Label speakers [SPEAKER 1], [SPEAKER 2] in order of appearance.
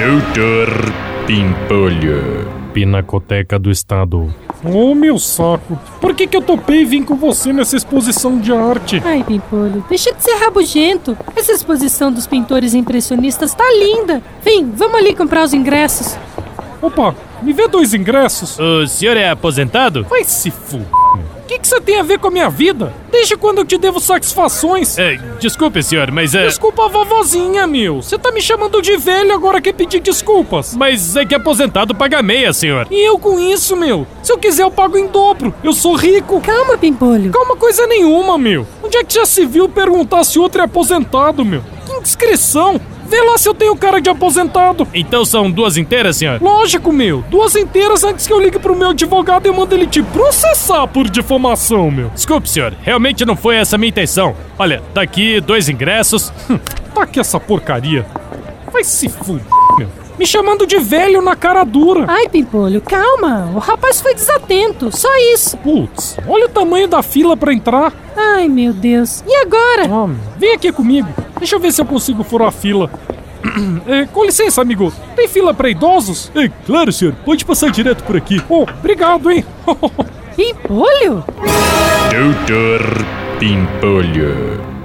[SPEAKER 1] Doutor Pimpolho.
[SPEAKER 2] Pinacoteca do Estado. Ô meu saco, por que que eu topei vir com você nessa exposição de arte?
[SPEAKER 3] Ai, Pimpolho, deixa de ser rabugento. Essa exposição dos pintores impressionistas tá linda. Vem, vamos ali comprar os ingressos.
[SPEAKER 2] Opa, me vê dois ingressos.
[SPEAKER 4] O senhor é aposentado?
[SPEAKER 2] Vai se fu... O que que você tem a ver com a minha vida? Desde quando eu te devo satisfações?
[SPEAKER 4] É, desculpe, senhor, mas é.
[SPEAKER 2] Desculpa a vovozinha, meu. Você tá me chamando de velho agora que pedir desculpas.
[SPEAKER 4] Mas é que aposentado paga meia, senhor.
[SPEAKER 2] E eu com isso, meu? Se eu quiser, eu pago em dobro. Eu sou rico.
[SPEAKER 3] Calma, Pimpolho.
[SPEAKER 2] Calma coisa nenhuma, meu. Onde é que já se viu perguntar se outro é aposentado, meu? Que indiscrição! Vê lá se eu tenho cara de aposentado.
[SPEAKER 4] Então são duas inteiras, senhor?
[SPEAKER 2] Lógico, meu. Duas inteiras antes que eu ligue pro meu advogado e mando ele te processar por difamação, meu.
[SPEAKER 4] Desculpe, senhor. Realmente não foi essa a minha intenção. Olha, tá aqui dois ingressos.
[SPEAKER 2] Tá aqui essa porcaria. Vai se fuder, meu. Me chamando de velho na cara dura.
[SPEAKER 3] Ai, Pimpolho, calma. O rapaz foi desatento, só isso.
[SPEAKER 2] Putz, olha o tamanho da fila pra entrar.
[SPEAKER 3] Ai, meu Deus. E agora?
[SPEAKER 2] Ah, meu, vem aqui comigo. Deixa eu ver se eu consigo furar a fila. É, com licença, amigo. Tem fila pra idosos?
[SPEAKER 5] É, claro, senhor. Pode passar direto por aqui.
[SPEAKER 2] Oh, obrigado, hein?
[SPEAKER 3] Pimpolho?
[SPEAKER 1] Doutor Pimpolho.